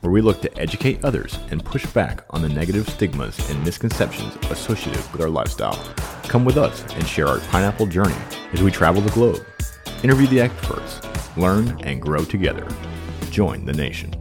where we look to educate others and push back on the negative stigmas and misconceptions associated with our lifestyle. Come with us and share our pineapple journey as we travel the globe, interview the experts, learn and grow together. Join the nation.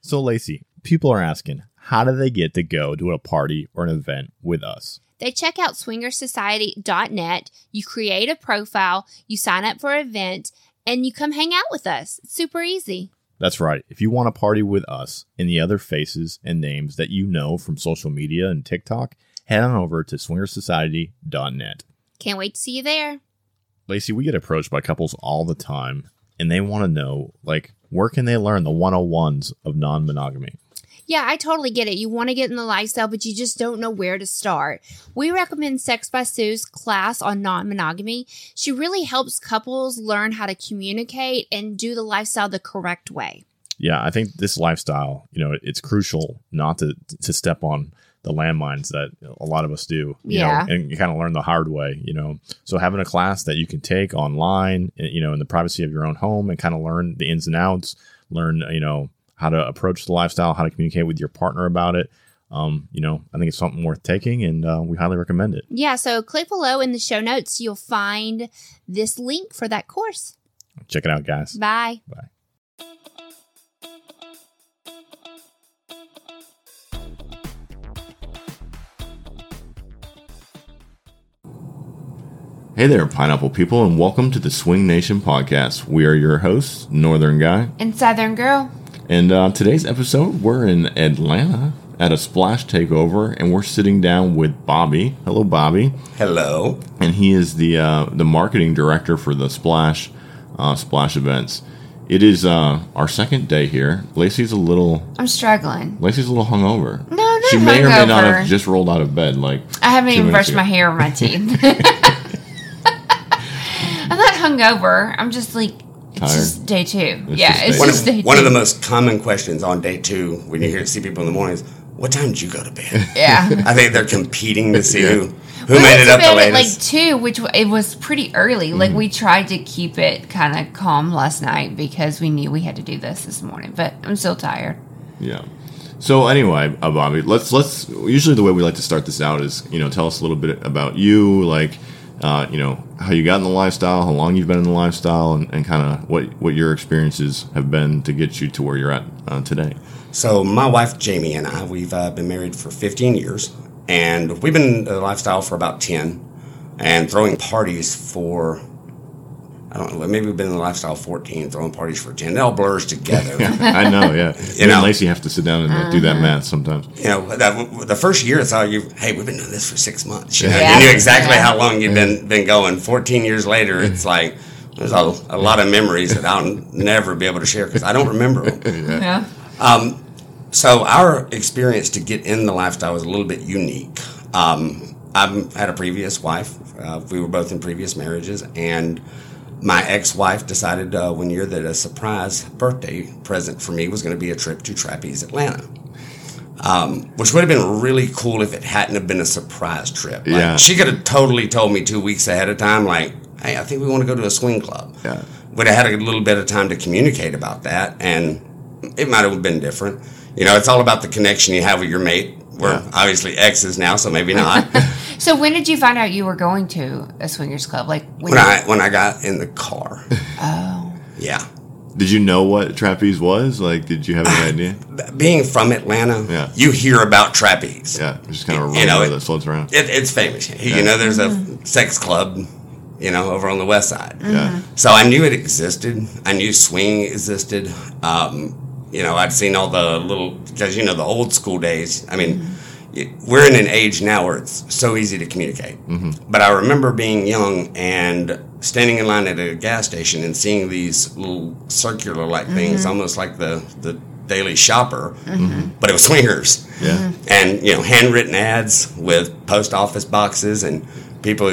So, Lacey, people are asking, how do they get to go to a party or an event with us? They check out swingersociety.net. You create a profile, you sign up for an event, and you come hang out with us. It's super easy. That's right. If you want to party with us and the other faces and names that you know from social media and TikTok, head on over to swingersociety.net. Can't wait to see you there. Lacey, we get approached by couples all the time, and they want to know, like, where can they learn the 101s of non monogamy? Yeah, I totally get it. You want to get in the lifestyle, but you just don't know where to start. We recommend Sex by Sue's class on non monogamy. She really helps couples learn how to communicate and do the lifestyle the correct way. Yeah, I think this lifestyle, you know, it's crucial not to to step on the landmines that a lot of us do. You Yeah. know, and you kind of learn the hard way, you know. So having a class that you can take online, eh, you know, in the privacy of your own home, and kind of learn the ins and outs, learn, you know, how to approach the lifestyle, how to communicate with your partner about it. Um, you know, I think it's something worth taking, and uh, we highly recommend it. Yeah, so click below in the show notes. You'll find this link for that course. Check it out, guys. Bye. Hey there, pineapple people, and welcome to the Swing Nation podcast. We are your hosts, Northern Guy, And Southern Girl. and uh, today's episode we're in Atlanta at a splash takeover, and we're sitting down with Bobby. Hello, Bobby, Hello. and he is the uh, the marketing director for the Splash uh, Splash events. It is uh, our second day here. Lacey's a little I'm struggling. Lacey's a little hungover. No, not she may or may not hungover. have just rolled out of bed. Like I haven't two even brushed minutes ago. my hair or my teeth. I'm not hungover. I'm just like, it's Tired. just day two. It's yeah, just it's day One, just day of, one two. of the most common questions on day two when you hear see people in the morning is, "What time did you go to bed?" yeah. I think they're competing to see who who We made went it to up the bed at, latest. Mm. Like two, which w- it was pretty early. Like we tried to keep it kind of calm last night because we knew we had to do this this morning. But I'm still tired. Yeah. So anyway, uh, Bobby, let's let's usually the way we like to start this out is you know tell us a little bit about you, like uh, you know how you got in the lifestyle, how long you've been in the lifestyle, and, and kind of what what your experiences have been to get you to where you're at uh, today. so my wife Jamie and I we've uh, been married for 15 years, and we've been in the lifestyle for about 10, and throwing parties for. I don't know. Maybe we've been in the lifestyle 14, throwing parties for 10. It all blurs together. I know, yeah. you and know. Lacey have to sit down and uh do Uh-huh. that math sometimes. you know, that, the first year it's all you. Hey, we've been doing this for six months. You, know, Yeah. you knew exactly Yeah. how long you've been been going. Fourteen years later, it's like there's a, a lot of memories that I'll never be able to share because I don't remember them. Yeah. So our experience to get in the lifestyle was a little bit unique. Um, I've had a previous wife. Uh, we were both in previous marriages, and my ex-wife decided uh, one year that a surprise birthday present for me was going to be a trip to Trapeze, Atlanta. Um, Which would have been really cool if it hadn't have been a surprise trip. Like, Yeah. She could have totally told me two weeks ahead of time, like, hey, I think we want to go to a swing club. Yeah. Would have had a little bit of time to communicate about that, and it might have been different. You know, it's all about the connection you have with your mate. We're Yeah. obviously exes now, so maybe not. So when did you find out you were going to a swingers club? Like when? when I when I got in the car, oh. yeah. Did you know what trapeze was? Like, did you have any idea? Being from Atlanta, Yeah. you hear about trapeze. Yeah, just kind of a You know, roller it- that floats around. It, it's famous. You know, there's a sex club, you know, over on the west side. Yeah, So I knew it existed. I knew swing existed. Um, you know, I'd seen all the little because you know the old school days. I mean, it- we're in an age now where it's so easy to communicate. But I remember being young and standing in line at a gas station and seeing these little circular like things, almost like the, the Daily Shopper, but it was swingers. Yeah. And, you know, handwritten ads with post office boxes and people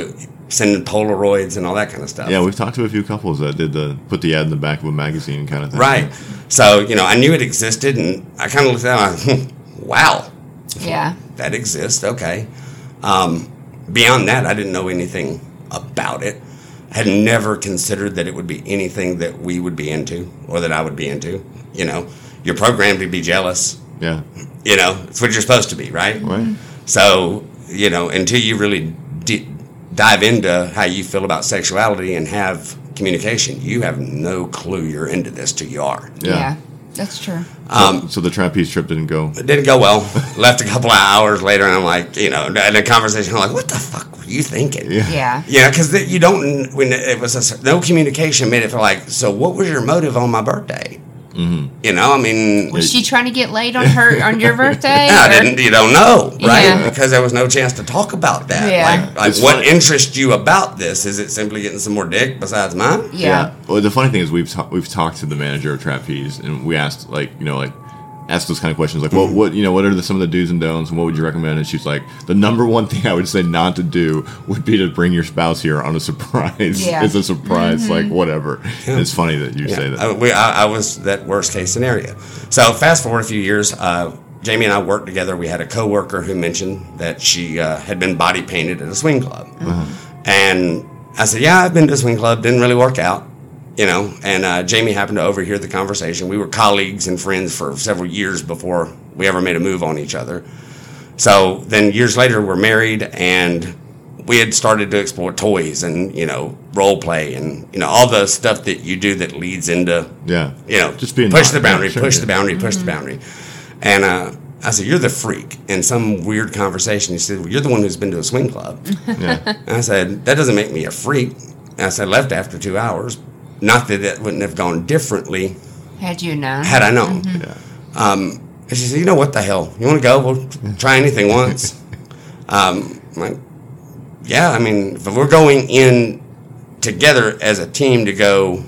sending Polaroids and all that kind of stuff. Yeah, we've talked to a few couples that did the put the ad in the back of a magazine kind of thing. Right. So, you know, I knew it existed and I kind of looked at it and I, wow, Yeah. that exists. Okay. Um, beyond that, I didn't know anything about it. I had never considered that it would be anything that we would be into or that I would be into. You know, you're programmed to be jealous. Yeah. You know, it's what you're supposed to be, right? Right. So, you know, until you really d- dive into how you feel about sexuality and have communication, you have no clue you're into this till you are. Yeah. That's true. So the trapeze trip didn't go. It didn't go well. Left a couple of hours later, and I'm like, you know, in a conversation, I'm like, what the fuck were you thinking? Yeah. Yeah. Yeah, because you don't, when it was a, no communication made it feel like, so what was your motive on my birthday? Mm-hmm. You know, I mean, Was she trying to get laid on her on your birthday? I or- didn't, you don't know, right? Yeah. Because there was no chance to talk about that. Yeah. Like, like It's what funny. interests you about this? Is it simply getting some more dick besides mine? Yeah. Well, the funny thing is we've ta- we've talked to the manager of trapeze and we asked like you know like asked those kind of questions like well what you know what are the, some of the do's and don'ts and what would you recommend and she's like the number one thing I would say not to do would be to bring your spouse here on a surprise. Yeah. it's a surprise like whatever. And It's funny that you say that. I, we, I, I was that worst case scenario. So fast forward a few years, uh, Jamie and I worked together. We had a coworker who mentioned that she uh, had been body painted at a swing club, Uh-huh. and I said, "Yeah, I've been to a swing club. Didn't really work out." You know, and uh, Jamie happened to overhear the conversation. We were colleagues and friends for several years before we ever made a move on each other. So then years later, we're married and we had started to explore toys and, you know, role play and, you know, all the stuff that you do that leads into, yeah. you know, Just being push not- the boundary, yeah, sure, push yeah. the boundary, push the boundary. And uh, I said, You're the freak. In some weird conversation, he said, well, You're the one who's been to a swing club. Yeah. And I said, that doesn't make me a freak. And I said, left after two hours. Not that it wouldn't have gone differently Had you known? had I known. Um, Yeah. And she said, you know what the hell? You want to go? We'll try anything once. um, I'm like, yeah, I mean, if we're going in together as a team to go,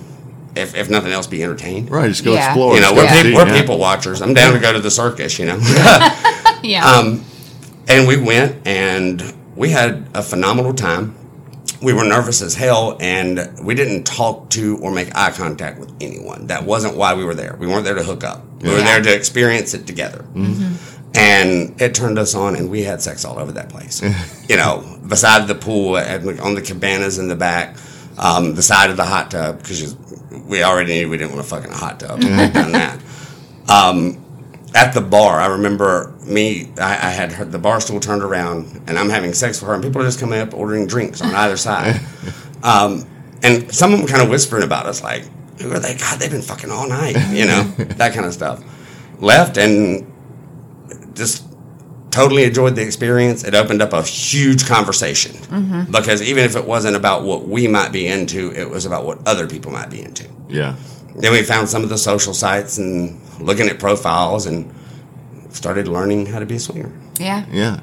if, if nothing else, be entertained. Right, just go Yeah. explore. You know, just we're, go peop see, we're yeah. people watchers. I'm down to go to the circus, you know? yeah. Um, And we went and we had a phenomenal time. We were nervous as hell and we didn't talk to or make eye contact with anyone. That wasn't why we were there. We weren't there to hook up. We were Yeah. there to experience it together. And it turned us on and we had sex all over that place. you know, beside the pool, and on the cabanas in the back, um, the side of the hot tub, because we already knew we didn't want to fuck in a hot tub. We'd done that at the bar, I remember me, I, I had her, the bar stool turned around and I'm having sex with her, and people are just coming up ordering drinks on either side. um, and some of them kind of whispering about us, like, who are they? God, they've been fucking all night, you know, that kind of stuff. Left and just totally enjoyed the experience. It opened up a huge conversation because even if it wasn't about what we might be into, it was about what other people might be into Yeah. then we found some of the social sites and looking at profiles and started learning how to be a swinger. yeah. Yeah.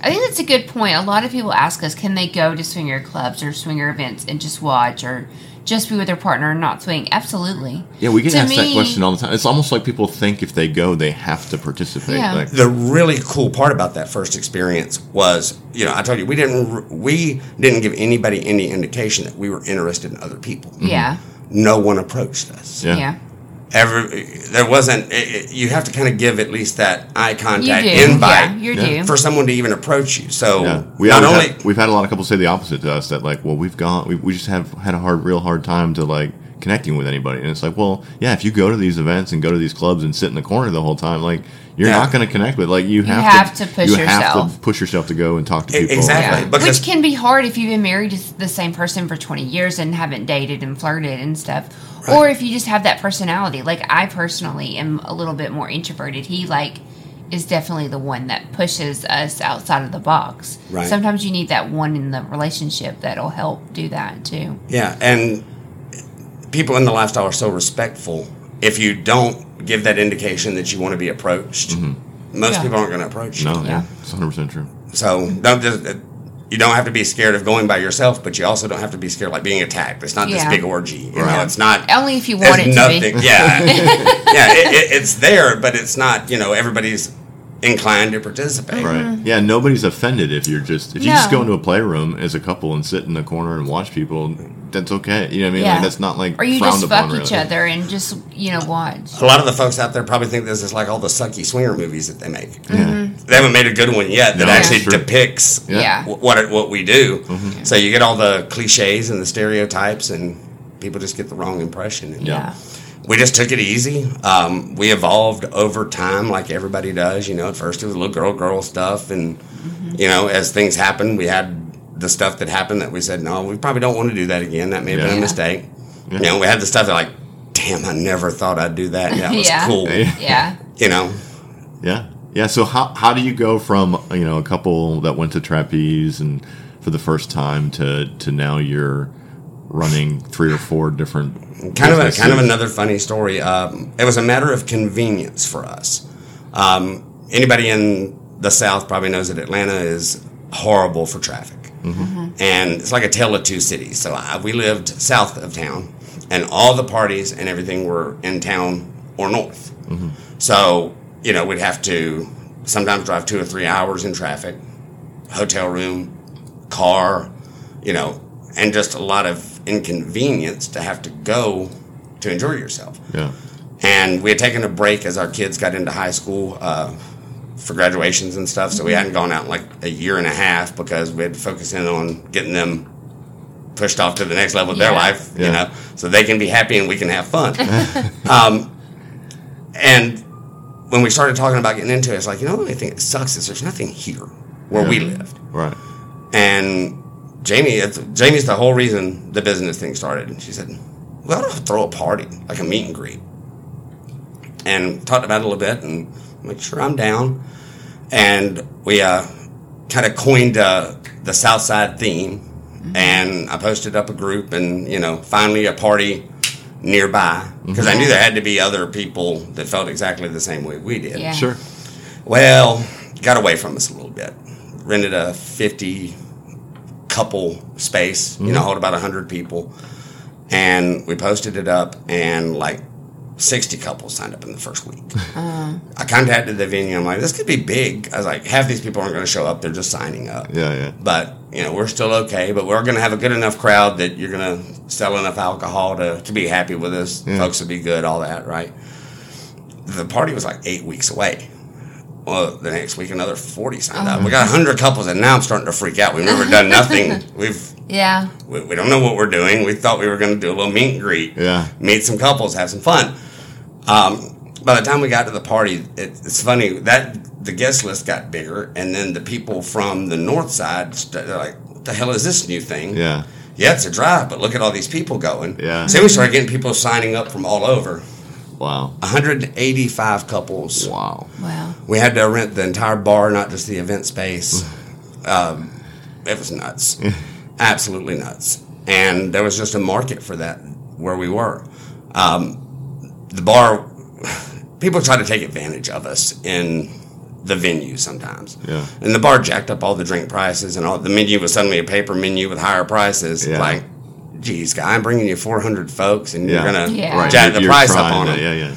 I think that's a good point. A lot of people ask us, can they go to swinger clubs or swinger events and just watch or just be with their partner and not swing? Absolutely. Yeah, we get To asked that me- question all the time. It's almost like people think if they go, they have to participate. Yeah. Like, The really cool part about that first experience was, you know, I told you we didn't r- we didn't give anybody any indication that we were interested in other people. Yeah. No one approached us. Mm-hmm. yeah. Yeah. Every there wasn't. It, it, you have to kind of give at least that eye You contact do. Yeah, invite you Yeah. do. for someone to even approach you. So Yeah. We not not only we've had a lot of couples say the opposite to us that like, well, we've gone, we, we just have had a hard, real hard time to like connecting with anybody. And it's like, well, yeah, if you go to these events and go to these clubs and sit in the corner the whole time, like you're Yeah. not going to connect with. Like you have, have to push you have to yourself. push yourself to go and talk to E- people. exactly. Yeah. Because- Which can be hard if you've been married to the same person for 20 years and haven't dated and flirted and stuff. Or if you just have that personality. Like, I personally am a little bit more introverted. He, like, is definitely the one that pushes us outside of the box. Right. Sometimes you need that one in the relationship that'll help do that too. Yeah, and people in the lifestyle are so respectful. If you don't give that indication that you want to be approached, Most Yeah. people aren't going to approach you. Mm-hmm. No, Yeah. yeah, it's 100% true. So don't just, uh, you don't have to be scared of going by yourself, but you also don't have to be scared of, like being attacked. It's not Yeah. this big orgy. You know, Right. it's not. Only if you want It's it to nothing. be. Yeah, yeah. It, it, it's there, but it's not. You know, everybody's inclined to participate. Right. Yeah, nobody's offended if you're just if you just Mm-hmm. No. go into a playroom as a couple and sit in the corner and watch people, that's okay. You know what I mean? Yeah. Like that's not like Or you frowned just upon fuck each really. other and just you know watch. A lot of the folks out there probably think this is like all the sucky swinger movies that they make. Mm-hmm. Yeah. They haven't made a good one yet that No, actually sure. depicts Yeah. Mm-hmm. Yeah. wh- what it, what we do. So you get all the cliches and the stereotypes, and people just get the wrong impression. And Yeah. Yeah. we just took it easy. Um, we evolved over time, like everybody does. You know, at first it was little girl, girl stuff, and Mm-hmm. you know, as things happened, we had the stuff that happened that we said, no, we probably don't want to do that again. That may have been Yeah. a mistake. You know, we had the stuff that like, damn, I never thought I'd do that. That was Yeah. cool. Yeah. Yeah. You know, Yeah. Yeah. So how how do you go from you know a couple that went to trapeze and for the first time to to now you're running three or four different kind of a, kind of businesses? another funny story. Um, it was a matter of convenience for us. Um, anybody in the South probably knows that Atlanta is horrible for traffic, and it's like a tale of two cities. So I, we lived south of town, and all the parties and everything were in town or north. So you know we'd have to sometimes drive two or three hours in traffic, hotel room, car, you know, and just a lot of inconvenience to have to go to enjoy yourself. yeah. And we had taken a break as our kids got into high school uh, for graduations and stuff. So Mm-hmm. we hadn't gone out in like a year and a half because we had to focus in on getting them pushed off to the next level of their Yeah. life, Yeah. you know, so they can be happy and we can have fun. um, and when we started talking about getting into it, it's like, you know, the only thing that sucks is there's nothing here where we Yeah. lived Right. and Jamie, it's, Jamie's the whole reason the business thing started. And she said, "We ought to throw a party, like a meet and greet," and talked about it a little bit and make sure I'm down. And we uh, kind of coined uh, the South Side theme, and I posted up a group, and you know, finally a party nearby because I knew there had to be other people that felt exactly the same way we did. Yeah. Sure. Well, got away from us a little bit. Rented a 50 couple space, you know, hold about 100 people. And we posted it up, and like 60 couples signed up in the first week. I contacted the venue. I'm like, this could be big. I was like, half these people aren't going to show up. They're just signing up. Yeah. Yeah. But, you know, we're still okay, but we're going to have a good enough crowd that you're going to sell enough alcohol to, to be happy with us. Yeah. Folks will be good, all that, right? The party was like eight weeks away. Well, the next week, another 40 signed up. We got 100 couples, and now I'm starting to freak out. We've never done nothing. We've, Yeah. we, we don't know what we're doing. We thought we were going to do a little meet and greet, Yeah. meet some couples, have some fun. Um, by the time we got to the party, it, it's funny that the guest list got bigger, and then the people from the north side, st- they're like, what the hell is this new thing? Yeah. Yeah, it's a drive, but look at all these people going. Yeah. So we started getting people signing up from all over. Wow. 185 couples. Wow. Wow. We had to rent the entire bar, not just the event space. Mm. um, it was nuts, absolutely nuts. And there was just a market for that where we were. Um, the bar, people try to take advantage of us in the venue sometimes. Yeah. And the bar jacked up all the drink prices, and all the menu was suddenly a paper menu with higher prices. Yeah. Like, geez, guy, I'm bringing you 400 folks, and you're Yeah. gonna Yeah. Right. jack the You're price up trying on to- it. Yeah. Yeah.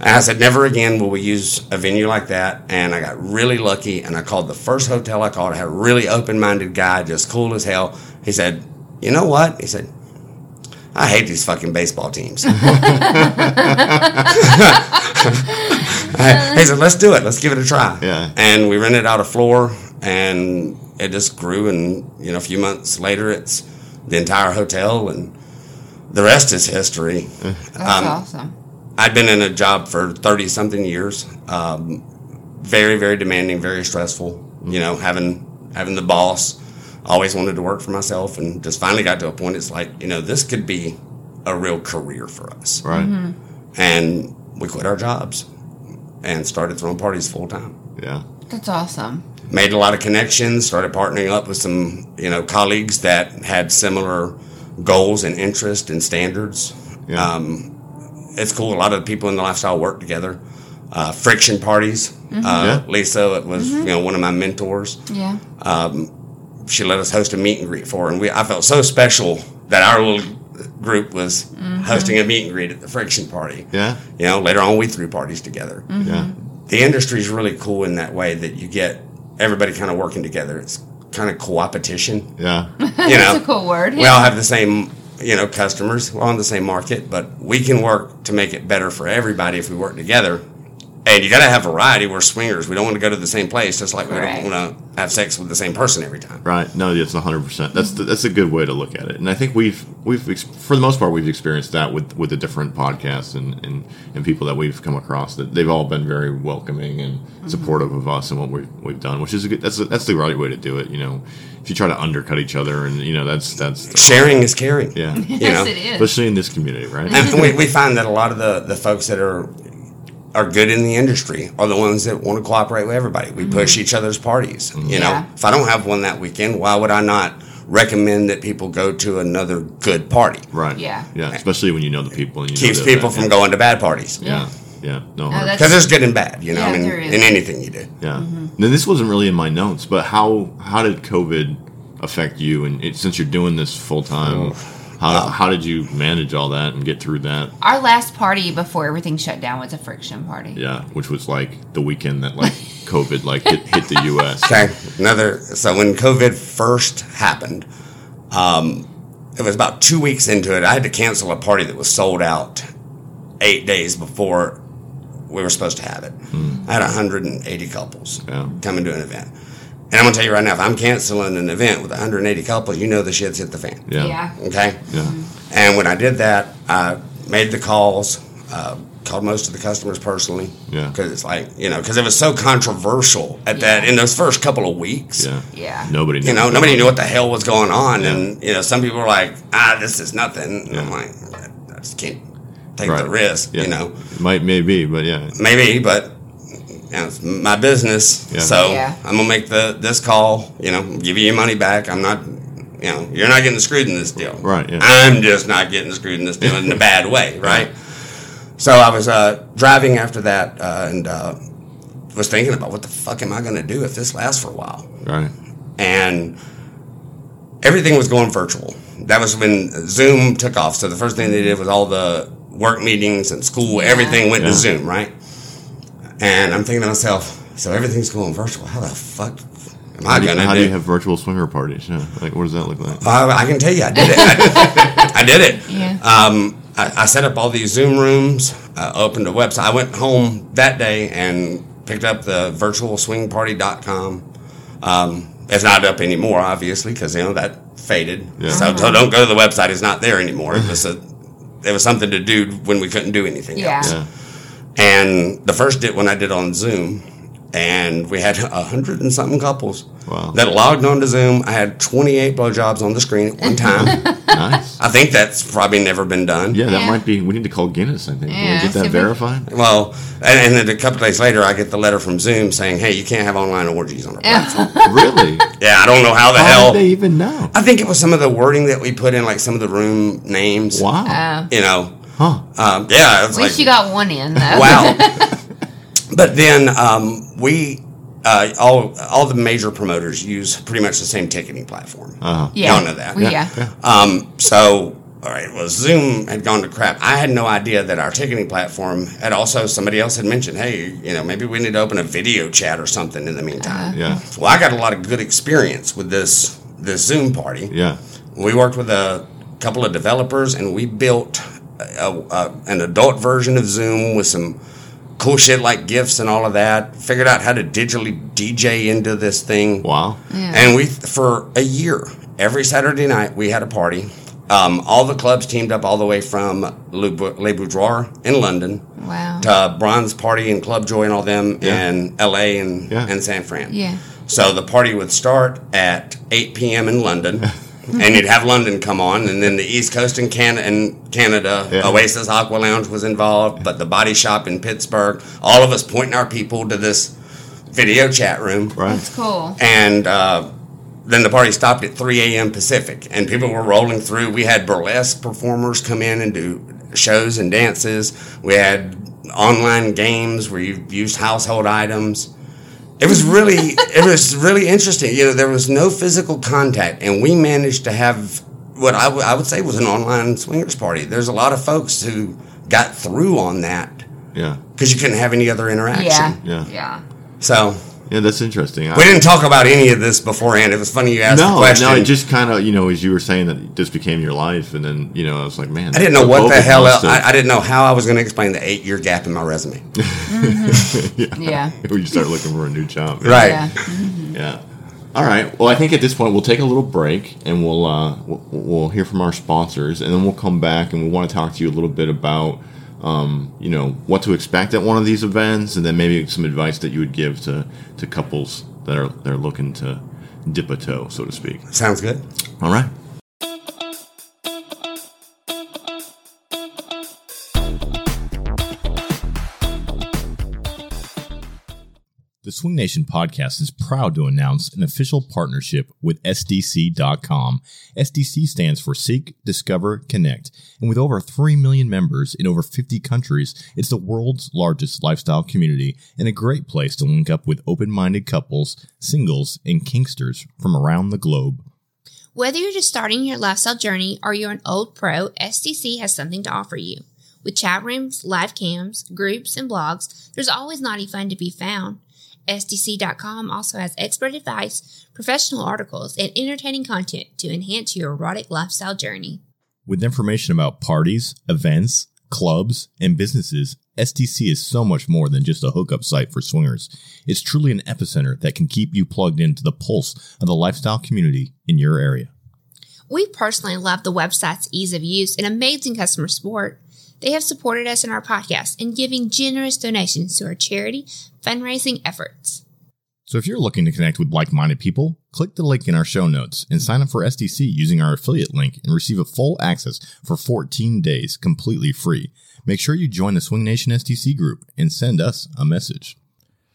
And I said, never again will we use a venue like that. And I got really lucky and I called the first hotel I called. I had a really open minded guy, just cool as hell. He said, You know what? He said, I hate these fucking baseball teams. I- he said, Let's do it. Let's give it a try. Yeah. And we rented out a floor and it just grew. And, you know, a few months later, it's the entire hotel and the rest is history. That's Um, awesome. I'd been in a job for 30 something years. Um, very, very demanding, very stressful. You know, having having the boss, always wanted to work for myself, and just finally got to a point. It's like you know, this could be a real career for us, Right. Mm-hmm. and we quit our jobs and started throwing parties full time. Yeah. That's awesome. Made a lot of connections. Started partnering up with some you know colleagues that had similar goals and interests and standards Yeah. Um, it's cool. A lot of the people in the lifestyle work together. uh, friction parties. Uh, Lisa was you know one of my mentors. Yeah. She let us host a meet and greet for, her, and we I felt so special that our little group was hosting a meet and greet at the friction party. Yeah. Mm-hmm. You know, later on we threw parties together. Yeah. Mm-hmm. The industry is really cool in that way that you get everybody kind of working together. It's kind of co-opetition. Yeah. You know, That's a cool word. we all have the same you know customers we're on the same market but we can work to make it better for everybody if we work together and you got to have variety we're swingers we don't want to go to the same place just like we Right. don't want to have sex with the same person every time Right. No, yes, 100%. That's the, that's a good way to look at it. And I think we've we've ex- for the most part we've experienced that with with the different podcasts and and, and people that we've come across that they've all been very welcoming and supportive of us and what we've we've done, which is a good that's that's the right way to do it, you know. If you try to undercut each other and you know that's that's sharing is caring yeah. you know yes, it is. Especially in this community, right? and we, we find that a lot of the, the folks that are are good in the industry are the ones that want to cooperate with everybody. We push each other's parties. You know, Mm-hmm. Yeah. if I don't have one that weekend, why would I not recommend that people go to another good party? Right. Yeah. Yeah. Especially when you know the people and you know Keeps the people event. from going to bad parties. Yeah. Yeah. No. No, 100%. that's- Because there's good and bad, you know. Yeah, I mean, there is. in anything you do. Yeah. Now this wasn't really in my notes, but how how did COVID affect you? And it, since you're doing this full time, uh, how how did you manage all that and get through that? Our last party before everything shut down was a friction party. Yeah, which was like the weekend that like COVID like hit, hit the U.S. Okay. Another. So when COVID first happened, um, it was about two weeks into it. I had to cancel a party that was sold out eight days before we were supposed to have it. Hmm. I had 180 couples Yeah. coming to an event. And I'm going to tell you right now, if I'm canceling an event with 180 couples, you know the shit's hit the fan. Yeah. Yeah. Okay. Yeah. And when I did that, I made the calls, uh, called most of the customers personally. Yeah. Because it's like, you know, because it was so controversial at that Yeah. in those first couple of weeks. Yeah. Yeah. Nobody. Knew You know, what nobody was knew what the hell was going on. Yeah. And, you know, some people were like, ah, this is nothing. And I'm Yeah. like, I just can't take going on. the risk, Yeah. you know. might maybe, but yeah, Maybe, but you know, it's my business. Yeah. So Yeah. I'm going to make the this call, you know, give you your money back. I'm not, you know, you're not getting screwed in this deal. Right, yeah. I'm just not getting screwed in this deal in a bad way, right? So I was uh, driving after that uh, and uh, was thinking about what the fuck am I going to do if this lasts for a while? right. and everything was going virtual. That was when Zoom took off. So the first thing they did was all the work meetings and school, everything went Yeah. to Zoom, right? And I'm thinking to myself, so everything's going virtual. How the fuck am I How do, you, gonna how do? do you have virtual swinger parties? Yeah. Like, what does that look like? Uh, I can tell you, I did it. I, I did it. Yeah. Um, I, I set up all these Zoom rooms. I opened a website. I went home that day and picked up the virtualswingparty.com. Um, it's not up anymore, obviously, because you know that faded. Yeah. So, so don't go to the website. It's not there anymore. It was a, it was something to do when we couldn't do anything Yeah. else. Yeah. And the first did when I did on Zoom, and we had a hundred and something couples Wow. that logged onto Zoom. I had twenty eight blowjobs on the screen at one time. Nice. I think that's probably never been done. Yeah, that Yeah. might be. We need to call Guinness. I think. Can we Yeah, get see that if we- verified. Well, and, and then a couple days later, I get the letter from Zoom saying, "Hey, you can't have online orgies on our platform." really? yeah, I don't know how the How did hell. they even know? I think it was some of the wording that we put in, like some of the room names. Wow. Uh, You know, Huh. um, yeah, it's at least like you got one in, though. wow. but then um, we uh, all all the major promoters use pretty much the same ticketing platform. Uh-huh. Yeah. Y'all know that. We- yeah. Um, so all right, well, Zoom had gone to crap. I had no idea that our ticketing platform had also somebody else had mentioned, hey, you know, maybe we need to open a video chat or something in the meantime. Yeah. Well, I got a lot of good experience with this this Zoom party. Yeah. We worked with a couple of developers and we built a, a, an adult version of Zoom with some cool shit like GIFs and all of that. Figured out how to digitally DJ into this thing. Wow. And we, for a year, every Saturday night, we had a party. Um, all the clubs teamed up all the way from Le, Bou- Le Boudoir in London Wow. to Bronze Party and Club Joy and all them Yeah. in LA and, Yeah. and San Fran. Yeah. So the party would start at 8 p.m. in London. And you'd have London come on, and then the East Coast and, Can- and Canada, Yeah. Oasis Aqua Lounge was involved, but the Body Shop in Pittsburgh, all of us pointing our people to this video chat room Right. That's cool. and uh, then the party stopped at 3 a.m. Pacific, and people were rolling through. We had burlesque performers come in and do shows and dances. We had online games where you used household items. It was really it was really interesting. You know, there was no physical contact, and we managed to have what I, w- I would say was an online swingers party. There's a lot of folks who got through on that Yeah. because you couldn't have any other interaction. Yeah. Yeah. Yeah. So Yeah, that's interesting. I- we didn't talk about any of this beforehand. It was funny you asked the no, question. no, it just kind of, you know, as you were saying that this became your life, and then, you know, I was like, man, I didn't know what the Boba hell. must el- have- I, I didn't know how I was going to explain the eight year gap in my resume. Yeah. when you start looking for a new job. Right. Yeah. Yeah. All right. Well, I think at this point we'll take a little break and we'll uh, we'll, we'll hear from our sponsors, and then we'll come back and we want to talk to you a little bit about um, you know what to expect at one of these events, and then maybe some advice that you would give to to couples that are they're looking to dip a toe, so to speak. Sounds good. All right. The Swing Nation podcast is proud to announce an official partnership with SDC.com. SDC stands for Seek, Discover, Connect. And with over 3 million members in over 50 countries, it's the world's largest lifestyle community and a great place to link up with open minded couples, singles, and kinksters from around the globe. Whether you're just starting your lifestyle journey or you're an old pro, SDC has something to offer you. With chat rooms, live cams, groups, and blogs, there's always naughty fun to be found. SDC.com also has expert advice, professional articles, and entertaining content to enhance your erotic lifestyle journey. With information about parties, events, clubs, and businesses, STC is so much more than just a hookup site for swingers. It's truly an epicenter that can keep you plugged into the pulse of the lifestyle community in your area. We personally love the website's ease of use and amazing customer support. They have supported us in our podcast and giving generous donations to our charity fundraising efforts. So if you're looking to connect with like-minded people, click the link in our show notes and sign up for STC using our affiliate link and receive a full access for 14 days completely free. Make sure you join the Swing Nation STC group and send us a message.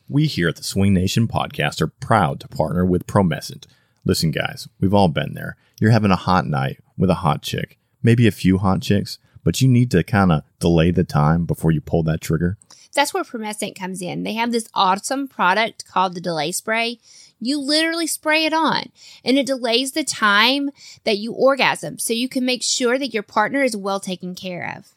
We here at the Swing Nation podcast are proud to partner with Promescent. Listen, guys, we've all been there. You're having a hot night with a hot chick, maybe a few hot chicks, but you need to kind of delay the time before you pull that trigger. That's where Promescent comes in. They have this awesome product called the Delay Spray. You literally spray it on, and it delays the time that you orgasm so you can make sure that your partner is well taken care of.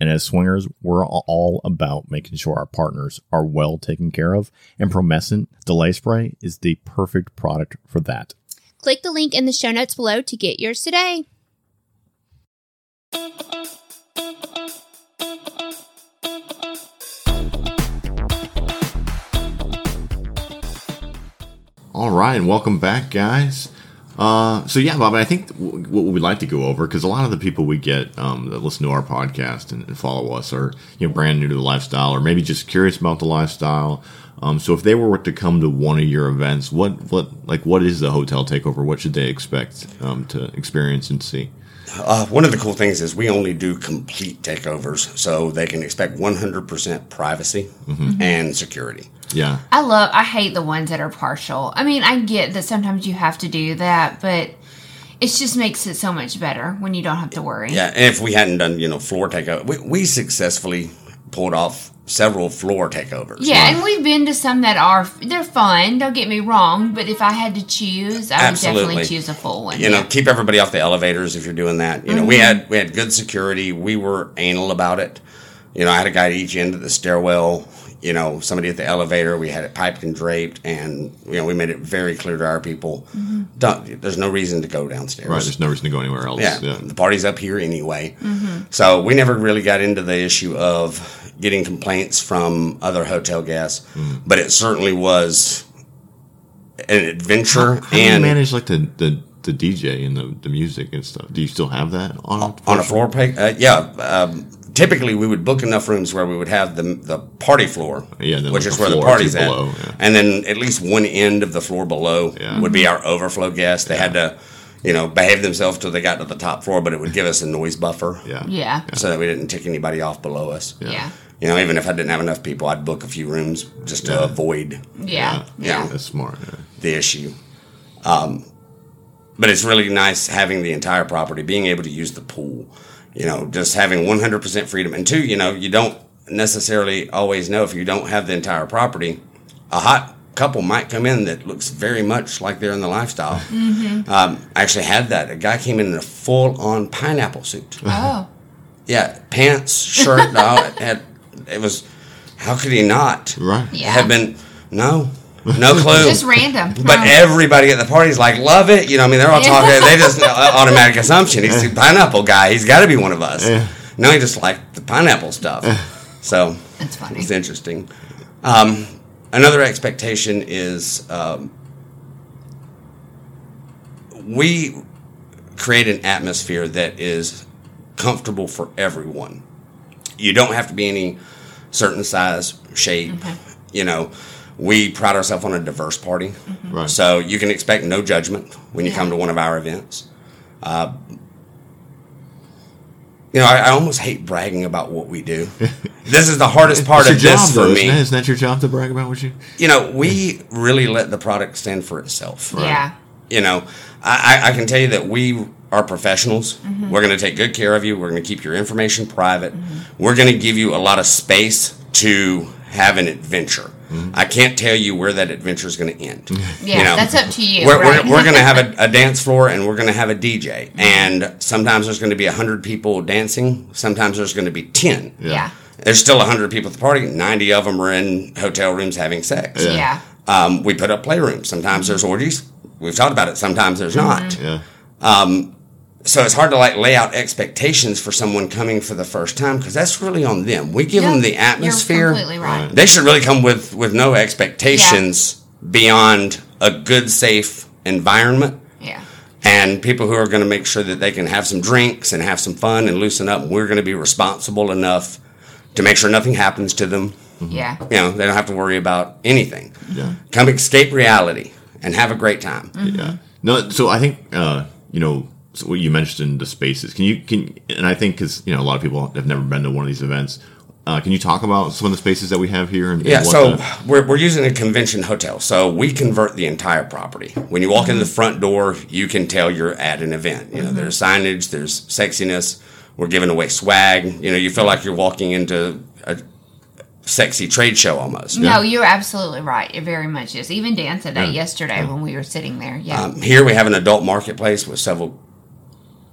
And as swingers, we're all about making sure our partners are well taken care of. And Promescent Delay Spray is the perfect product for that. Click the link in the show notes below to get yours today. All right, and welcome back, guys. Uh, so yeah, Bob, I think w- what we'd like to go over because a lot of the people we get um, that listen to our podcast and, and follow us are you know brand new to the lifestyle or maybe just curious about the lifestyle. Um, so if they were to come to one of your events, what what like what is the hotel takeover? What should they expect um, to experience and see? Uh, one of the cool things is we only do complete takeovers, so they can expect 100% privacy Mm-hmm. and security. Yeah, I love, I hate the ones that are partial. I mean, I get that sometimes you have to do that, but it just makes it so much better when you don't have to worry. Yeah, and if we hadn't done, you know, floor takeover, we, we successfully pulled off several floor takeovers. Yeah, and we've been to some that are they're fun. Don't get me wrong, but if I had to choose, I would Absolutely. definitely choose a full one. You know, keep everybody off the elevators if you're doing that. You know, we Mm-hmm. had we had good security. We were anal about it. You know, I had a guy at each end of the stairwell. You know, somebody at the elevator. We had it piped and draped, and you know, we made it very clear to our people. Don't, there's no reason to go downstairs. Mm-hmm. right. There's Mm-hmm. no reason to go anywhere else. Yeah, the party's up here anyway. So we never really got into the issue of getting complaints from other hotel guests, Mm. but it certainly was an adventure. How do you and manage like the, the, the DJ and the, the music and stuff? Do you still have that on on a floor pick, uh, yeah. Um, typically, we would book enough rooms where we would have the the party floor, Yeah, then which like is a where the floor or two party's at, below, yeah. and then at least one end of the floor below would be our overflow guests. They had to, you know, behave themselves till they got to the top floor, but it would give us a noise buffer, Yeah. yeah, so that we didn't tick anybody off below us. yeah, yeah, You know, even if I didn't have enough people, I'd book a few rooms just to Yeah. avoid yeah. Yeah. That's smart. yeah. the issue. Um, but it's really nice having the entire property, being able to use the pool, you know, just having 100% freedom. And two, you know, you don't necessarily always know if you don't have the entire property. A hot couple might come in that looks very much like they're in the lifestyle. Mm-hmm. Um, I actually had that. A guy came in in a full on pineapple suit. Oh, Yeah, pants, shirt, all it had. It was. How could he not Right. Yeah. have been? No, no clue. just random. But everybody at the party's like, love it. You know, I mean, they're all Yeah. talking. They just automatic assumption. He's the pineapple guy. He's got to be one of us. Yeah. No, he just liked the pineapple stuff. So that's funny. it's interesting. Um, another expectation is um, we create an atmosphere that is comfortable for everyone. You don't have to be any certain size, shape. You know, we pride ourselves on a diverse party. Right. So you can expect no judgment when you come to one of our events. Uh, you know, I, I almost hate bragging about what we do. this is the hardest part It's of your this job, though, for isn't it? me. Isn't that your job to brag about what you? You know, we really let the product stand for itself. Yeah. You know, I, I, I can tell you that we are professionals. Mm-hmm. We're going to take good care of you. We're going to keep your information private. Mm-hmm. We're going to give you a lot of space to have an adventure. I can't tell you where that adventure is going to end. Mm-hmm. Yeah, you know, that's up to you. we're, right? Mm-hmm. we're, we're going to have a, a dance floor and we're going to have a DJ. And sometimes there's going to be 100 people dancing. Sometimes there's going to be 10. yeah. There's still 100 people at the party. 90 of them are in hotel rooms having sex. Yeah. Um, we put up playrooms. Sometimes there's orgies. We've talked about it. Sometimes there's Mm-hmm. not. Yeah. So it's hard to like lay out expectations for someone coming for the first time because that's really on them. We give them the atmosphere. You're completely right. They should really come with with no expectations beyond a good, safe environment. Yeah. and people who are going to make sure that they can have some drinks and have some fun and loosen up. We're going to be responsible enough to make sure nothing happens to them. Mm-hmm. Yeah. You know, they don't have to worry about anything. Yeah. Come escape reality and have a great time. Mm-hmm. Yeah. No. So I think uh, you know so what you mentioned the spaces. Can you can and I think because you know a lot of people have never been to one of these events. Uh, can you talk about some of the spaces that we have here? And, and Yeah, what so the- we're, we're using a convention hotel. So we convert the entire property. When you walk in the Mm-hmm. front door, you can tell you're at an event. You know, there's signage, there's sexiness. We're giving away swag. You know, you feel like you're walking into a sexy trade show almost. No, you're absolutely right. It very much is. Even Dan said that yesterday when we were sitting there. Yeah. Um, here we have an adult marketplace with several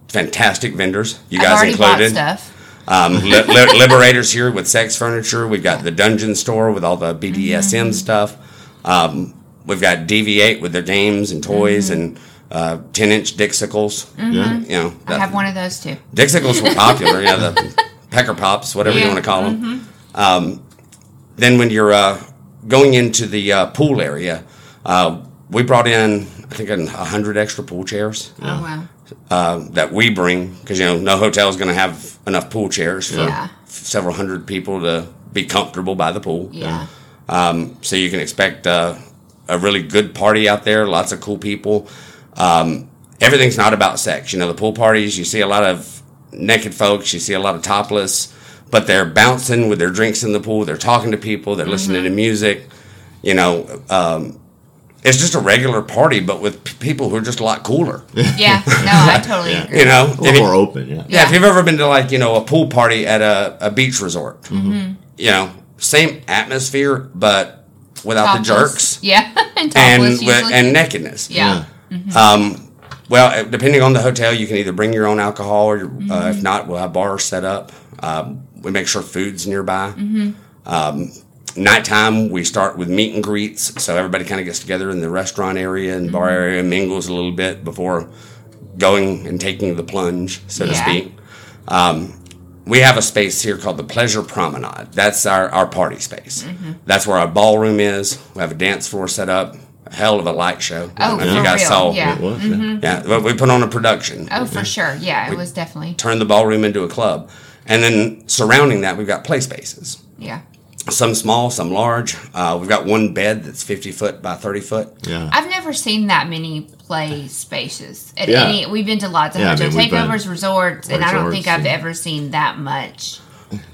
fantastic vendors. You I've guys already included. bought stuff. Um, Li- Li- Liberators here with sex furniture. We've got the Dungeon Store with all the BDSM Mm-hmm. stuff. Um, we've got DV8 with their games and toys and uh, ten inch Dixicles. yeah. You know, Mm-hmm. I that- have one of those too. Dixicles were popular. You know, the pecker pops, whatever you Yeah. Mm-hmm. want to call them. Um, then when you're uh, going into the uh, pool area, uh, we brought in I think a hundred extra pool chairs Oh wow. uh, that we bring because you know no hotel's going to have enough pool chairs for Yeah. several hundred people to be comfortable by the pool. Yeah. Um, so you can expect uh, a really good party out there. Lots of cool people. Um, everything's not about sex. You know the pool parties. You see a lot of naked folks. You see a lot of topless, but they're bouncing with their drinks in the pool. They're talking to people. They're listening Mm-hmm. to music. You know. Um, it's just a regular party, but with p- people who are just a lot cooler. Yeah. No, I totally Yeah. agree. You know, A If little you- more open. Yeah. yeah, if Yeah. you've ever been to like you know a pool party at a, a beach resort, Mm-hmm. you know same atmosphere but without the Topless. jerks Yeah. and and topless with- usually. and nakedness. yeah. Um, well, uh, depending on the hotel, you can either bring your own alcohol or your, uh, Mm-hmm. if not, we'll have bars set up. Um, we make sure food's nearby. Mm-hmm. Um, nighttime, we start with meet and greets, so everybody kind of gets together in the restaurant area and bar Mm-hmm. area, mingles a little bit before going and taking the plunge, so to Yeah. speak. Um, we have a space here called the Pleasure Promenade. That's our, our party space. Mm-hmm. That's where our ballroom is. We have a dance floor set up. A hell of a light show. I Oh, don't know if for you guys real. saw Yeah. Mm-hmm. It was. yeah. yeah, but we put on a production, Oh, for sure. Yeah, it was definitely. turn the ballroom into a club. And then surrounding that, we've got play spaces, Yeah. some small, some large. Uh, we've got one bed that's 50 foot by 30 foot. Yeah. I've never seen that many play spaces at Yeah. any. We've been to lots of Yeah, I hotel mean, we've been- takeovers, resorts, and I don't think Resorts, I've yeah. ever seen that much.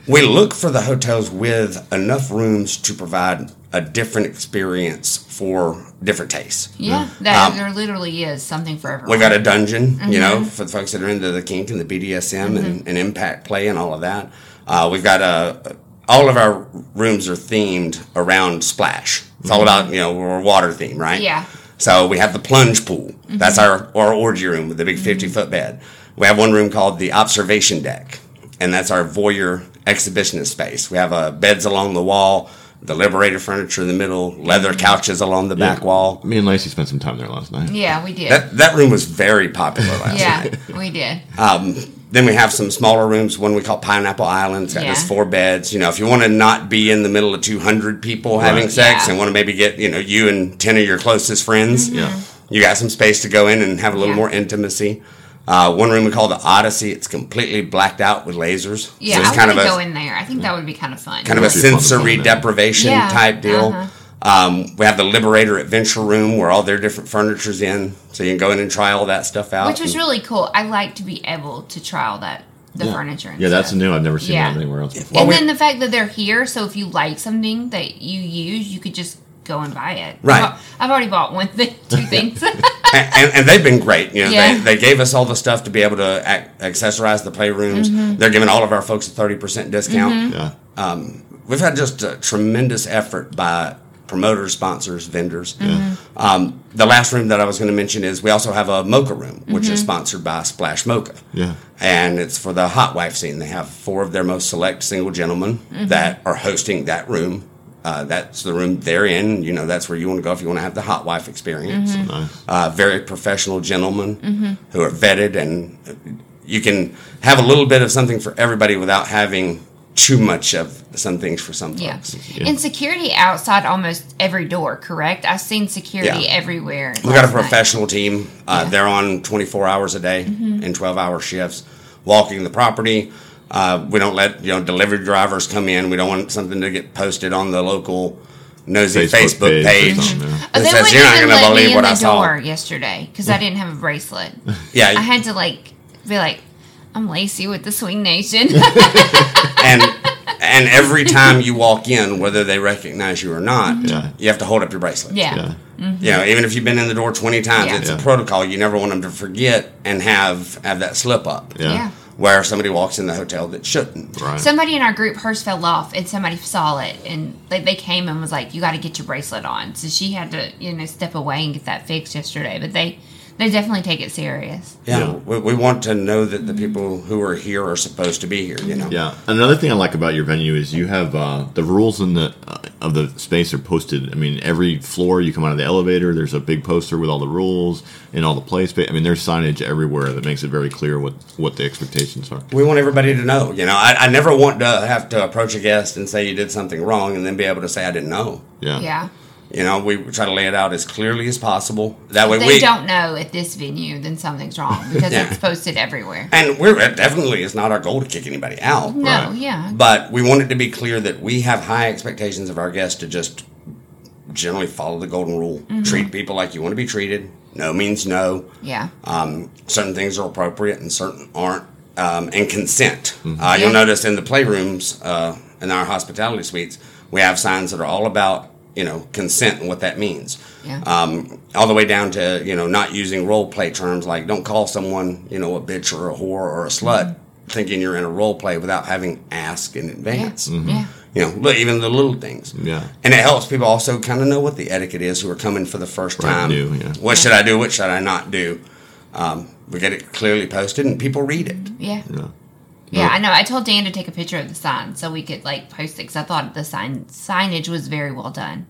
We look for the hotels with enough rooms to provide a different experience for different tastes. Yeah, that Um, there literally is something for everyone. We've got a dungeon, Mm-hmm. you know, for the folks that are into the kink and the BDSM and, and impact play and all of that. Uh, we've got a all of our rooms are themed around splash. It's all about you know we're a water theme, right? Mm-hmm. Yeah. Mm-hmm. So we have the plunge pool. That's our our orgy room with the big fifty foot bed. We have one room called the observation deck, and that's our voyeur exhibitionist space. We have uh, beds along the wall, the liberator furniture in the middle, Mm-hmm. leather couches along the back wall. Me and Lacey spent some time there last night. Yeah, we did. That that room was very popular last night. yeah, we did. Um, then we have some smaller rooms, one we call Pineapple Island. It's got Yeah. just four beds. You know, if you want to not be in the middle of 200 people having Right. sex Yeah. Mm-hmm. and want to maybe get, you know, you and 10 of your closest friends, Yeah. you got some space to go in and have a little Yeah. more intimacy. Uh, one room we call the Odyssey. It's completely blacked out with lasers. Yeah, it's I want to a, go in there. I think that would be kind of fun. kind of a That'd be fun to sensory find out. deprivation Yeah, type deal. uh-huh. Um, we have the Liberator Adventure Room where all their different furniture's in. So you can go in and try all that stuff out. which was And- really cool. I like to be able to try all that the furniture. And Yeah, that's stuff. new. I've never seen Yeah. that anywhere else before. And we- then the fact that they're here, so if you like something that you use, you could just go and buy it. Right. Well, I've already bought one thing, two things. and, and- and they've been great. You know, Yeah. they, they gave us all the stuff to be able to ac- accessorize the playrooms. They're giving all of our folks a thirty percent discount. yeah. We've had just a tremendous effort by promoters, sponsors, vendors. Um, the last room that I was going to mention is we also have a mocha room, which is sponsored by Splash Mocha. Yeah. And it's for the hot wife scene. They have four of their most select single gentlemen that are hosting that room. Uh, that's the room they're in. You know, that's where you want to go if you want to have the hot wife experience Nice. uh, very professional gentlemen who are vetted, and you can have a little bit of something for everybody without having too much of some things for some yeah. folks. And security outside almost every door, correct? I've seen security Yeah. everywhere. We got a last night. professional team. Uh, They're on 24 hours a day Mm-hmm. and 12 hour shifts, walking the property. Uh, we don't let you know delivery drivers come in. We don't want something to get posted on the local nosy Facebook, or page. something, yeah. Oh, that they says wouldn't you're not even going to let believe me what in I the door saw. yesterday because I didn't have a bracelet. Yeah, I had to like be like, I'm Lacey with the Swing Nation. and and every time you walk in, whether they recognize you or not, Yeah. you have to hold up your bracelet. yeah. Yeah. You know, even if you've been in the door twenty times, Yeah. it's Yeah. a protocol. You never want them to forget and have have that slip up. Yeah. Yeah. Where somebody walks in the hotel that shouldn't. Right. Somebody in our group, hers fell off, and somebody saw it, and they, they came and was like, "You got to get your bracelet on." So she had to, you know, step away and get that fixed yesterday. But they, they definitely take it serious. Yeah. Yeah. We, we want to know that the people who are here are supposed to be here. You know. Yeah. Another thing I like about your venue is you have uh, the rules in the uh, of the space are posted. I mean, every floor you come out of the elevator, there's a big poster with all the rules and all the play space. I mean, there's signage everywhere that makes it very clear what what the expectations are. We want everybody to know. You know, I, I never want to have to approach a guest and say you did something wrong and then be able to say I didn't know. Yeah. Yeah, You know, we try to lay it out as clearly as possible. That way they we don't know at this venue, then something's wrong because Yeah. it's posted everywhere. And we're it definitely it's not our goal to kick anybody out, No, Right. yeah, but we want it to be clear that we have high expectations of our guests to just generally follow the golden rule, Mm-hmm. treat people like you want to be treated. No means no. yeah, Um, certain things are appropriate and certain aren't. Um, and consent. Uh, you'll Mm-hmm. Yeah. notice in the playrooms uh, in our hospitality suites, we have signs that are all about you know consent and what that means yeah. um, all the way down to you know not using role play terms like don't call someone you know a bitch or a whore or a slut thinking you're in a role play without having asked in yeah, advance yeah, you know li- even the little things Yeah. and it helps people also kind of know what the etiquette is who are coming for the first Right, time new, yeah. what should i do what should i not do um, we get it clearly posted and people read it yeah. Yeah. Yeah, I know. I told Dan to take a picture of the sign so we could like post it because I thought the sign signage was very well done.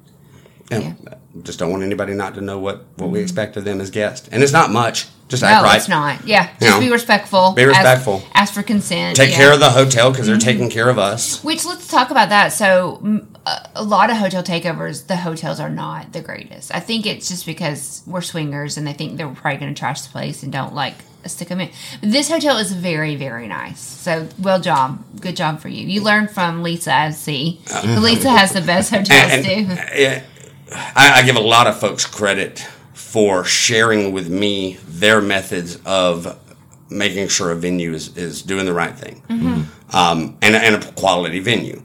And just don't want anybody not to know what what we expect of them as guests and it's not much just No, act right it's not. Yeah, just Yeah. be respectful. Be Ask- respectful. Ask, for consent. take yeah. Mm-hmm. care of the hotel because they're taking care of us Which let's talk about that. So, mm, a, a lot of hotel takeovers, the hotels are not the greatest. I think it's just because we're swingers and they think they're probably going to trash the place and don't like us to come in. But this hotel is very, very nice. So, well job, good job for you. You learned from Lisa. I see. Lisa has the best hotels and, too. and- Eh, I, I give a lot of folks credit for sharing with me their methods of making sure a venue is, is doing the right thing um, and, and a quality venue.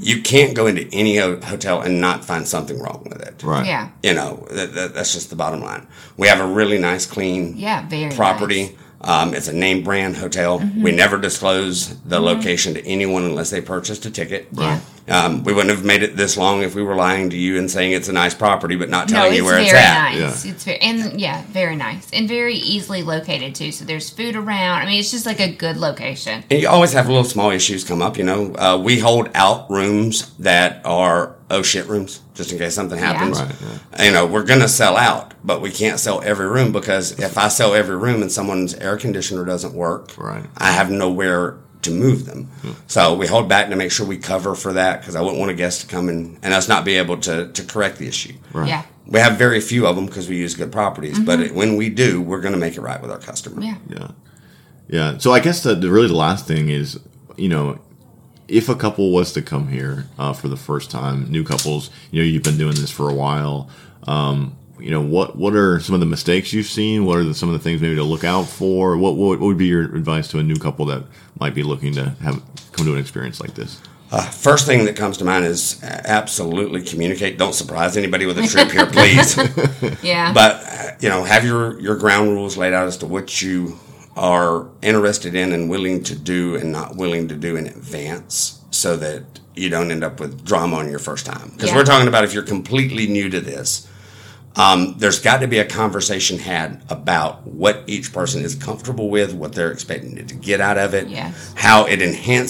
You can't go into any ho- hotel and not find something wrong with it. Right. Yeah, You know, that, that, that's just the bottom line. We have a really nice, clean yeah, very property. nice. Mm-hmm. Um, it's a name brand hotel. We never disclose the location to anyone unless they purchased a ticket. Yeah. Um, we wouldn't have made it this long if we were lying to you and saying it's a nice property, but not No, telling it's you where very it's at. nice. It's very and yeah, very nice and very easily located too. So there's food around. I mean, it's just like a good location. And you always have little small issues come up, you know. Uh, we hold out rooms that are oh shit rooms, just in case something happens. Right, You know, we're gonna sell out, but we can't sell every room because if I sell every room and someone's air conditioner doesn't work, Right. Hmm. I have nowhere to move them. So we hold back to make sure we cover for that because I wouldn't want a guest to come in and us not be able to to correct the issue. Right. Yeah, We have very few of them because we use good properties, but it, when we do, we're gonna make it right with our customer. yeah. Yeah. Yeah. So I guess the, the really the last thing is, you know, if a couple was to come here uh, for the first time, new couples, you know, you've been doing this for a while. Um, you know, what what are some of the mistakes you've seen? What are the, some of the things maybe to look out for? What, what what would be your advice to a new couple that might be looking to have come to an experience like this? Uh, first thing that comes to mind is uh, absolutely communicate. Don't surprise anybody with a trip here, please. Yeah. but uh, you know, have your your ground rules laid out as to what you are interested in and willing to do, and not willing to do in advance, so that you don't end up with drama on your first time. Because Yeah. we're talking about if you're completely new to this. Um, there's got to be a conversation had about what each person is comfortable with, what they're expecting to get out of it, Yes. how it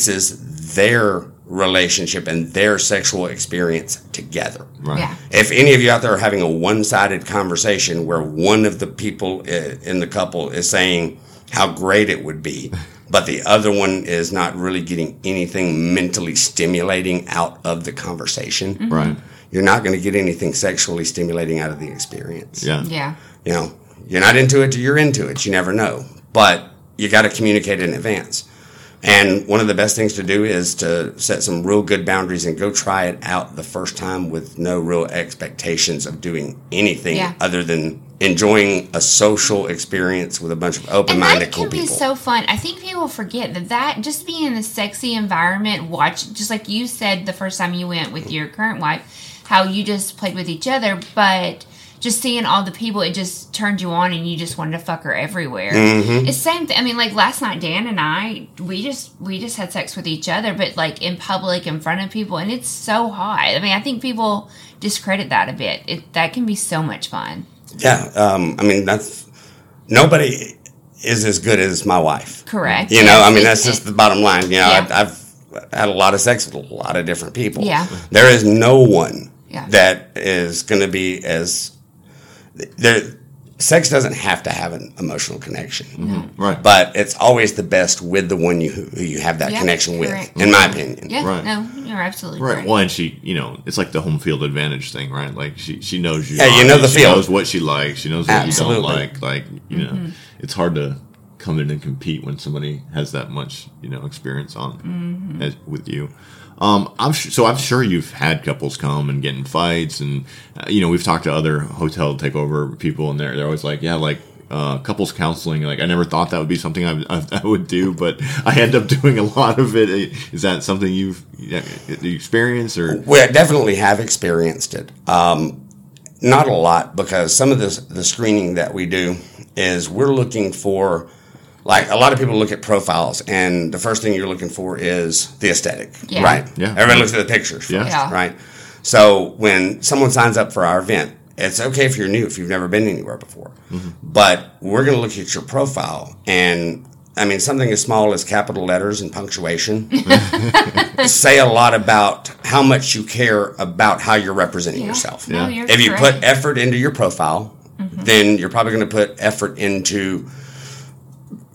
enhances their relationship and their sexual experience together. Right. yeah. If any of you out there are having a one sided conversation where one of the people i- in the couple is saying how great it would be, but the other one is not really getting anything mentally stimulating out of the conversation, Right. you're not going to get anything sexually stimulating out of the experience. Yeah. Yeah. You know, you're not into it, you're into it. You never know. But you got to communicate in advance. And one of the best things to do is to set some real good boundaries and go try it out the first time with no real expectations of doing anything Yeah. other than enjoying a social experience with a bunch of open And minded that cool can be people. so fun. I think people forget that that just being in a sexy environment, watch just like you said the first time you went with your current wife, how you just played with each other, but just seeing all the people, it just turned you on, and you just wanted to fuck her everywhere. Mm-hmm. It's same. thing. I mean, like last night, Dan and I, we just we just had sex with each other, but like in public, in front of people, and it's so hot. I mean, I think people discredit that a bit. It that can be so much fun. yeah. Um, I mean, that's nobody is as good as my wife. Correct. You know, I mean, It's- that's just the bottom line. You know, Yeah. I, I've had a lot of sex with a lot of different people. Yeah. There is no one Yeah. that is going to be as. There, sex doesn't have to have an emotional connection, Mm-hmm. Right. but it's always the best with the one you who you have that Yeah, connection with, correct. in my opinion. Yeah, Right. no, you're absolutely Right. correct. Well, and she, you know, it's like the home field advantage thing, right? Like she, she knows you. Yeah, you know the she field. knows what she likes. She knows what you don't Absolutely. like. Like you know, it's hard to come in and compete when somebody has that much, you know, experience on as, with you. Um, I'm su so I'm sure you've had couples come and get in fights, and uh, you know we've talked to other hotel takeover people, and they're they're always like, yeah, like. Uh, couples counseling, like I never thought that would be something I, I, I would do, but I end up doing a lot of it. Is that something you've yeah, you experienced or We definitely have experienced it. Um, not a lot because some of the the screening that we do is we're looking for. Like a lot of people look at profiles, and the first thing you're looking for is the aesthetic, Yeah. right? Yeah. Everybody looks at the pictures, Yeah. Yeah. right? So when someone signs up for our event, it's okay if you're new, if you've never been anywhere before. Mm-hmm. But we're going to look at your profile, and I mean something as small as capital letters and punctuation say a lot about how much you care about how you're representing yourself. No, you're If you correct. Mm-hmm. put effort into your profile, then you're probably going to put effort into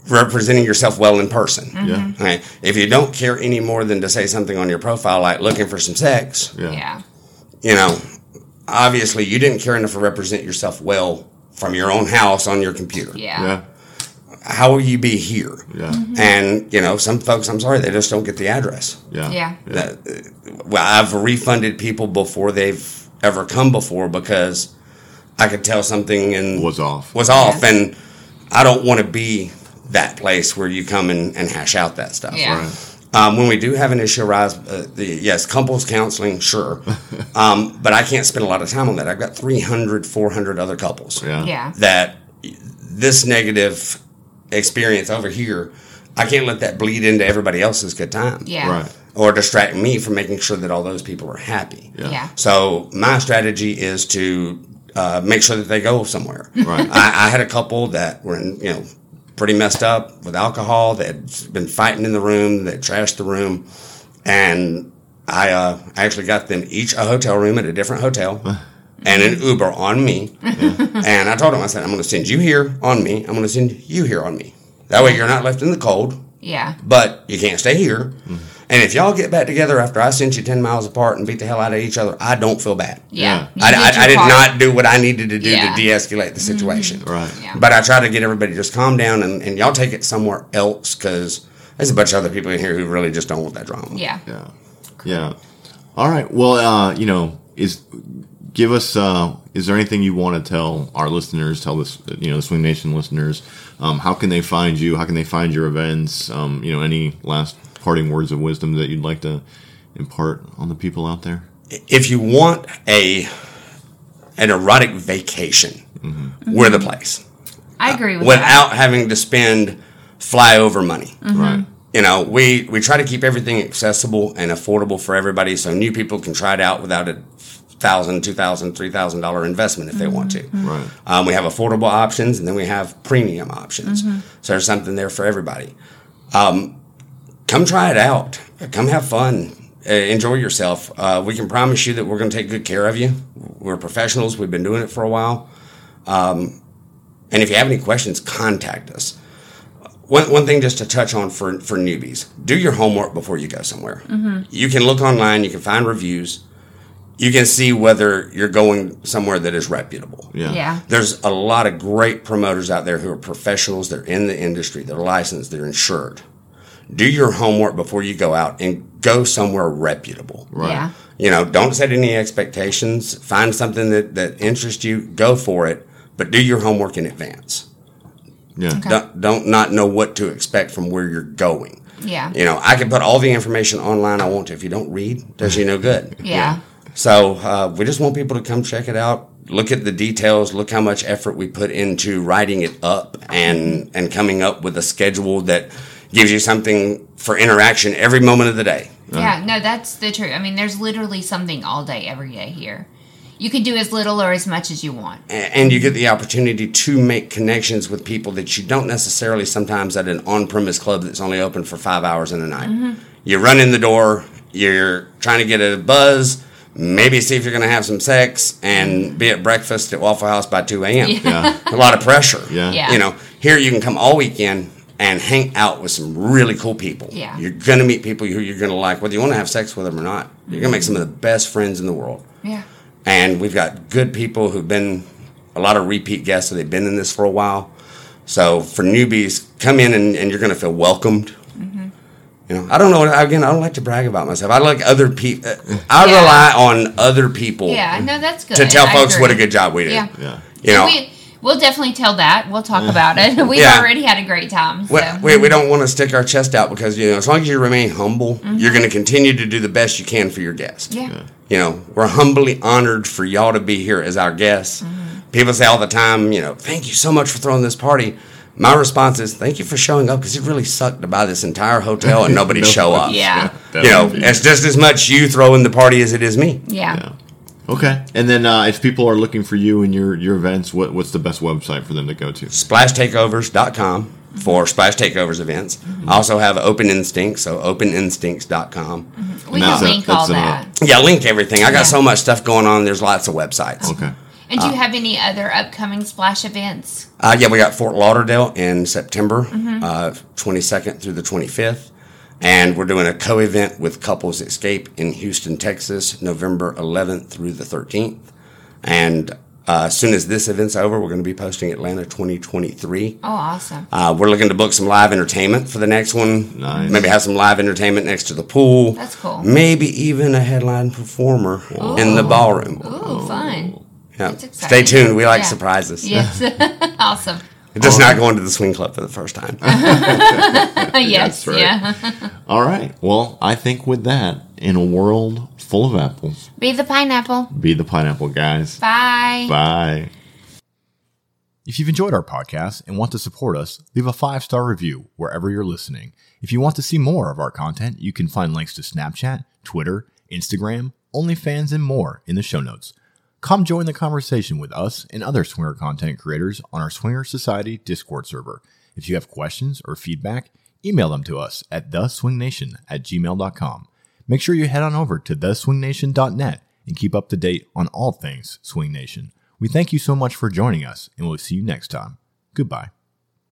representing yourself well in person. Mm-hmm. yeah? Okay. If you don't care any more than to say something on your profile like looking for some sex, yeah, you know, obviously you didn't care enough to represent yourself well from your own house on your computer. yeah, Mm-hmm. Yeah. How will you be here? Yeah. Mm-hmm. And, you know, some folks, I'm sorry, they just don't get the address. Yeah. Yeah. That- well, I've refunded people before they've ever come before because I could tell something and Was off. was off, Yeah. and I don't want to be that place where you come and, and hash out that stuff. Yeah. Um, when we do have an issue arise, uh, the, yes, couples counseling, sure. um, but I can't spend a lot of time on that. I've got 300, 400 other couples Yeah. yeah, that this negative experience over here, I can't let that bleed into everybody else's good time. yeah. Right. or distract me from making sure that all those people are happy. Yeah. So my strategy is to uh, make sure that they go somewhere. Right. I, I had a couple that were in, you know pretty messed up with alcohol. They had been fighting in the room. They trashed the room, and I uh, I actually got them each a hotel room at a different hotel. And an Uber on me. And I told them, I said, I'm going to send you here on me. I'm going to send you here on me. That way you're not left in the cold Yeah. but you can't stay here. And if y'all get back together after I sent you 10 miles apart and beat the hell out of each other, I don't feel bad. Yeah. I, You I, your I did part. not do what I needed to do Yeah. Mm-hmm. to de escalate the situation. Right. Yeah. But I try to get everybody to just calm down and, and y'all take it somewhere else because there's a bunch of other people in here who really just don't want that drama. Yeah. Yeah. Yeah. All right. Well, uh, you know, is give us uh is there anything you want to tell our listeners, tell this you know, the Swing Nation listeners, um, how can they find you? How can they find your events? Um, you know, any last parting words of wisdom that you'd like to impart on the people out there? If you want a an erotic vacation, we're the place I agree with that. Mm-hmm. without having to spend flyover money. Right. you know, we we try to keep everything accessible and affordable for everybody, so new people can try it out without a thousand, two thousand, three thousand dollar investment if they want to. Mm-hmm. Right. Um, we have affordable options, and then we have premium options. So there's something there for everybody. Um, come try it out. Come have fun. Uh, enjoy yourself. Uh, we can promise you that we're going to take good care of you. We're professionals. We've been doing it for a while. Um, and if you have any questions, contact us. One, one thing just to touch on for, for newbies do your homework before you go somewhere. You can look online, you can find reviews, you can see whether you're going somewhere that is reputable. Yeah. Yeah. There's a lot of great promoters out there who are professionals. They're in the industry. They're licensed. They're insured. Do your homework before you go out and go somewhere reputable. Right. Yeah. You know, don't set any expectations. Find something that, that interests you. Go for it, but do your homework in advance. Yeah. Don't, don't not know what to expect from where you're going. Yeah. You know, I can put all the information online I want to. If you don't read, does you no good. Yeah. So uh, we just want people to come check it out, look at the details, look how much effort we put into writing it up and and coming up with a schedule that gives you something for interaction every moment of the day. Yeah, no, that's the truth. I mean, there's literally something all day, every day here. You can do as little or as much as you want. A- And you get the opportunity to make connections with people that you don't necessarily sometimes at an on-premise club that's only open for five hours in a night. Mm-hmm. You run in the door, you're trying to get a buzz, maybe see if you're going to have some sex, and be at breakfast at Waffle House by two a.m. Yeah. a lot of pressure. Yeah. Yeah. You know, here you can come all weekend and hang out with some really cool people. Yeah. You're going to meet people who you're going to like, whether you want to have sex with them or not. You're going to make some of the best friends in the world. Yeah. And we've got good people who've been a lot of repeat guests, so they've been in this for a while. So for newbies, come in and, and you're going to feel welcomed. Mm-hmm. You know, I don't know. what- Again, I don't like to brag about myself. I like other people. I Yeah. rely on other people Yeah, no, that's good. to tell I folks what a agree. good job we did. Yeah. Yeah. You know, We, we'll definitely tell that. We'll talk about it. We've Yeah. already had a great time. So. We, we, we don't want to stick our chest out because you know as long as you remain humble, Mm-hmm. you're going to continue to do the best you can for your guests. yeah. You know, we're humbly honored for y'all to be here as our guests. Mm-hmm. People say all the time, you know, thank you so much for throwing this party. My response is, thank you for showing up because it really sucked to buy this entire hotel and nobody show up. Yeah. That You know, would be- it's just as much you throwing the party as it is me. Yeah. Yeah. Okay. And then uh, if people are looking for you and your your events, what what's the best website for them to go to? splashtakeovers.com for Mm-hmm. splash takeovers events. I also have Open Instincts, so openinstincts.com. We That's can a- link all that's that. a- Yeah, link everything. I got Mm-hmm. Yeah. so much stuff going on. There's lots of websites. Okay. and do you have any other upcoming splash events? Uh, yeah, we got Fort Lauderdale in September, uh, 22nd through the 25th. And we're doing a co event with Couples Escape in Houston, Texas, November 11th through the 13th. And uh, as soon as this event's over, we're going to be posting Atlanta 2023. Oh, awesome. Uh, we're looking to book some live entertainment for the next one. Nice. Maybe have some live entertainment next to the pool. That's cool. Maybe even a headline performer in the ballroom. Ooh, fun. Yeah. That's Stay exciting. tuned. We like Yeah. surprises. Yes. awesome. Just not going to the swing club for the first time. yes. right. Yeah. All right. Well, I think with that, in a world full of apples, Be the pineapple. be the pineapple guys. Bye. Bye. If you've enjoyed our podcast and want to support us, leave a five star review wherever you're listening. If you want to see more of our content, you can find links to Snapchat, Twitter, Instagram, OnlyFans, and more in the show notes. Come join the conversation with us and other swinger content creators on our Swinger Society Discord server. If you have questions or feedback, email them to us at theswingnation at gmail.com. Make sure you head on over to theswingnation.net and keep up to date on all things Swing Nation. We thank you so much for joining us, and we'll see you next time. Goodbye.